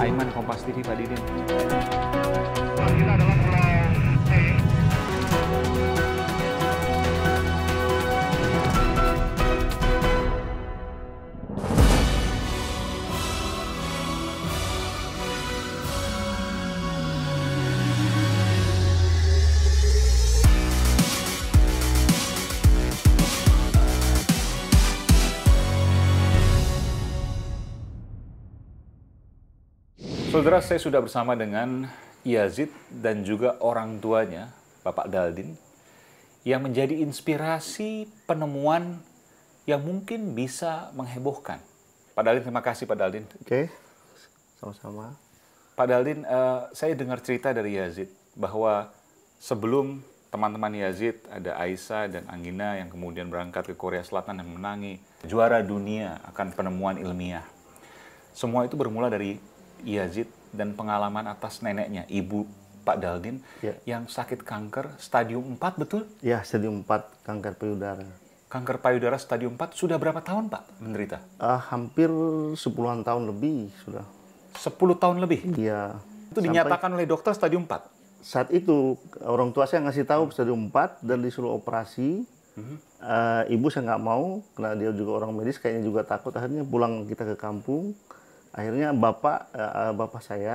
Aiman Kompas TV Pak Didin. kita adalah pulau C Saudara saya sudah bersama dengan Yazid dan juga orang tuanya Bapak Daldin yang menjadi inspirasi penemuan yang mungkin bisa menghebohkan. Pak Daldin terima kasih Pak Daldin. Oke, sama-sama. Pak Daldin, eh, saya dengar cerita dari Yazid bahwa sebelum teman-teman Yazid ada Aisyah dan Anggina yang kemudian berangkat ke Korea Selatan dan menangi juara dunia akan penemuan ilmiah. Semua itu bermula dari Yazid dan pengalaman atas neneknya, ibu Pak Daldin Ya. yang sakit kanker stadium 4 betul? Ya, stadium 4 kanker payudara. Kanker payudara stadium 4 sudah berapa tahun Pak menderita? Ah, hampir sepuluhan tahun lebih sudah. 10 tahun lebih. Iya. Itu dinyatakan oleh dokter stadium 4. Saat itu orang tua saya ngasih tahu stadium 4 dan disuruh operasi. Eh, ibu saya nggak mau karena dia juga orang medis kayaknya juga takut akhirnya pulang kita ke kampung akhirnya bapak eh, eh, bapak saya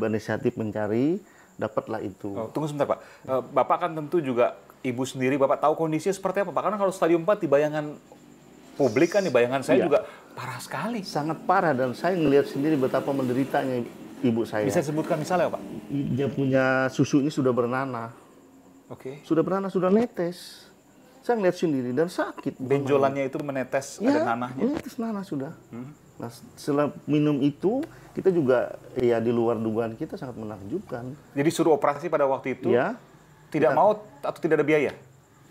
berinisiatif mencari dapatlah itu Oh, tunggu sebentar Pak. Eh, Bapak kan tentu juga ibu sendiri, Bapak tahu kondisinya seperti apa. Pak? Karena kalau stadium 4 di bayangan publik kan, di bayangan saya Iya. juga parah sekali. sangat parah dan saya ngelihat sendiri betapa menderitanya ibu saya Bisa disebutkan misalnya Pak? dia punya susunya sudah bernanah Oke. sudah bernanah sudah netes saya ngeliat sendiri dan sakit Benjolannya itu menetes ya, ada nanahnya. Hmm. netes nanah sudah nah setelah minum itu kita juga ya di luar dugaan kita sangat menakjubkan Jadi suruh operasi pada waktu itu, ya tidak mau atau tidak ada biaya?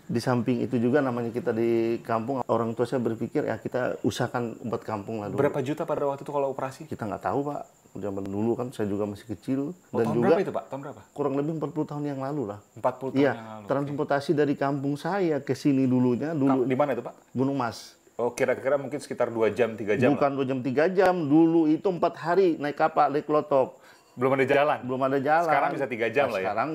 di samping itu juga namanya kita di kampung orang tua saya berpikir ya kita usahakan obat kampung lah dulu Berapa juta pada waktu itu kalau operasi? kita nggak tahu pak zaman dulu kan saya juga masih kecil Oh, dan tahun juga berapa itu Pak? Tahun berapa? kurang lebih 40 tahun yang lalu lah 40 tahun yang Iya, lalu. transportasi dari kampung saya ke sini Nah, dulunya dulu Di mana itu Pak? Gunung Mas. Oh, kira-kira mungkin sekitar 2 jam, 3 jam lah. Bukan 2 jam 3 jam, dulu itu empat hari naik kapal dari Klotok. Belum ada jalan. Belum ada jalan. Nah, Sekarang bisa tiga jam lah ya. Sekarang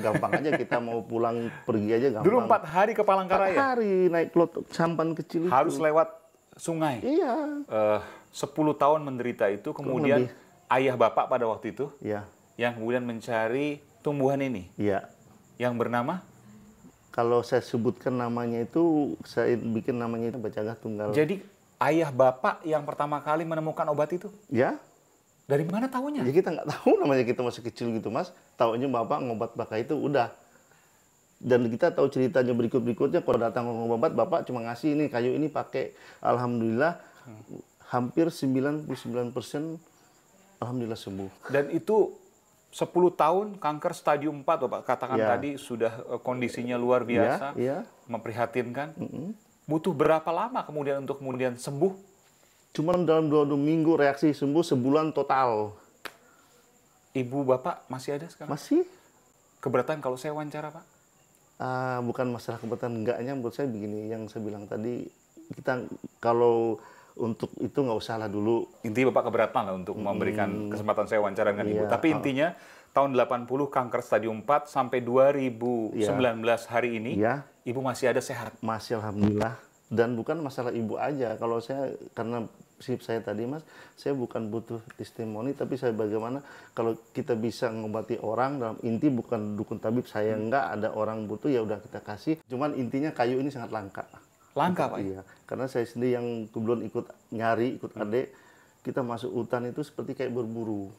gampang aja kita mau pulang pergi aja gampang. Dulu 4 hari ya? ke Empat Palangkaraya. hari naik Klotok sampan kecil itu. Harus lewat sungai. Iya. eh 10 tahun menderita itu kemudian ayah bapak pada waktu itu Iya. yang kemudian mencari tumbuhan ini Iya. yang bernama Kalau saya sebutkan namanya itu saya bikin namanya itu bacagah tunggal. jadi ayah bapak yang pertama kali menemukan obat itu ya? dari mana tahunya Ya kita nggak tahu namanya kita masih kecil gitu mas. Taunya bapak ngobat pakai itu udah. Dan kita tahu ceritanya berikut-berikutnya kalau datang ngobat bapak cuma ngasih ini kayu ini pakai. Alhamdulillah hampir 99% alhamdulillah sembuh. dan itu 10 tahun kanker stadium 4 bapak katakan Ya. tadi sudah eh, kondisinya luar biasa ya. memprihatinkan butuh berapa lama kemudian untuk kemudian sembuh Cuman dalam dua, dua minggu reaksi sembuh sebulan total. ibu bapak masih ada sekarang Masih keberatan kalau saya wawancara pak ah, bukan masalah kebetulan enggaknya menurut saya begini yang saya bilang tadi kita kalau untuk itu nggak usah lah dulu intinya Bapak keberatan lah untuk memberikan kesempatan saya wawancara dengan Ibu. Hmm. Iya. Tapi intinya tahun 80 kanker stadium 4 sampai 2019 hari ini ya. Ibu masih ada sehat. Masih alhamdulillah dan bukan masalah ibu aja. Kalau saya karena sip saya tadi Mas, saya bukan butuh testimoni tapi saya bagaimana kalau kita bisa mengobati orang dalam inti bukan dukun tabib saya Hmm. enggak ada orang butuh ya udah kita kasih. Cuman intinya kayu ini sangat langka. Langka Pak. Iya, karena saya sendiri yang kebetulan ikut nyari, ikut Hmm. adek, kita masuk hutan itu seperti kayak berburu.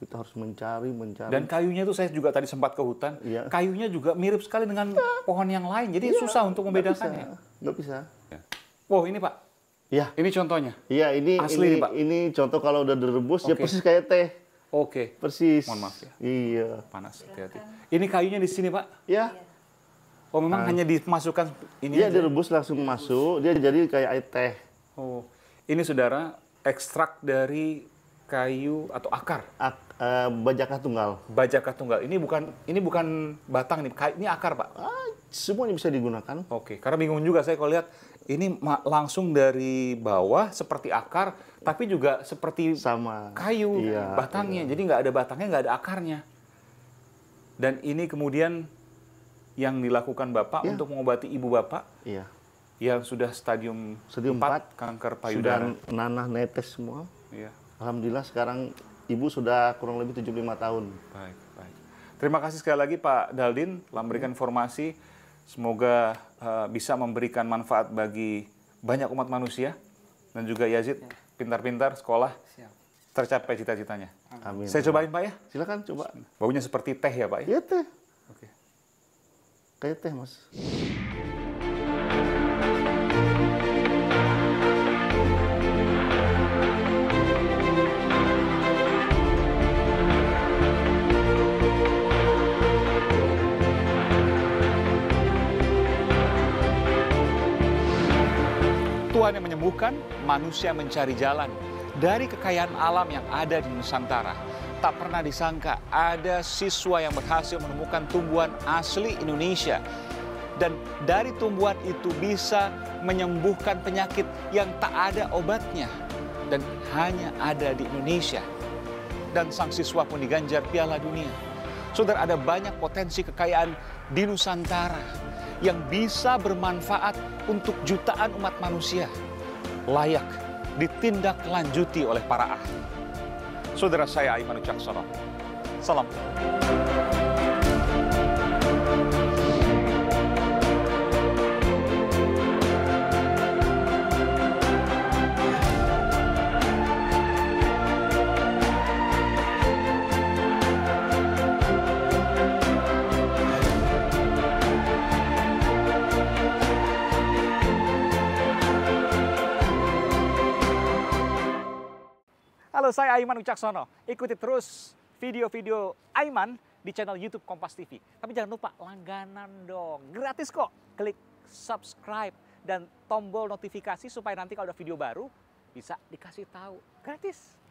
Kita harus mencari, mencari. Dan kayunya tuh saya juga tadi sempat ke hutan. Iya. Kayunya juga mirip sekali dengan pohon yang lain. Jadi susah untuk membedakannya. Bisa, Ah, nggak bisa. Wow, ini Pak. Ya, Iya. Ini contohnya. Iya ini Asli nih, ini, Pak. ini contoh kalau udah direbus ya Oke. persis kayak teh Oke. persis. Mohon maaf ya. Iya. Panas hati-hati. Ini kayunya di sini, Pak. Ya, Oh, Ah. memang hanya dimasukkan ini dia aja. direbus langsung masuk, dia jadi kayak air teh. Oh. Ini saudara ekstrak dari kayu atau akar Ak- eh, bajakah tunggal. Bajaka tunggal. Ini bukan ini bukan batang nih, kayu- ini akar pak. Ah, semuanya bisa digunakan. Oke, karena bingung juga saya kalau lihat ini ma- langsung dari bawah seperti akar, tapi juga seperti sama kayu Iya, batangnya. Jadi nggak ada batangnya, nggak ada akarnya. Dan ini kemudian yang dilakukan bapak untuk mengobati ibu bapak iya yang sudah stadium, Stadium empat kanker payudara. sudah nanah netes semua Iya, alhamdulillah sekarang ibu sudah kurang lebih 75 tahun baik, baik. Terima kasih sekali lagi Pak Daldin telah memberikan informasi. Semoga eh, bisa memberikan manfaat bagi banyak umat manusia dan juga Yazid pintar-pintar sekolah Siap. tercapai cita-citanya. amin Saya cobain Pak ya. silakan coba Baunya seperti teh ya Pak ya. iya teh Oke. kayak teh mas Tuhan yang menyembuhkan, manusia mencari jalan. Dari kekayaan alam yang ada di Nusantara, tak pernah disangka ada siswa yang berhasil menemukan tumbuhan asli Indonesia. Dan dari tumbuhan itu bisa menyembuhkan penyakit yang tak ada obatnya dan hanya ada di Indonesia. Dan sang siswa pun diganjar Piala Dunia. Saudara, ada banyak potensi kekayaan di Nusantara yang bisa bermanfaat untuk jutaan umat manusia. Layak ditindaklanjuti oleh para ahli. Saudara saya Aiman Ucaksono. Salam. Halo, saya Aiman Ucaksono. Ikuti terus video-video Aiman di channel YouTube Kompas TV. Tapi jangan lupa langganan dong. Gratis kok. Klik subscribe dan tombol notifikasi supaya nanti kalau ada video baru bisa dikasih tahu. Gratis.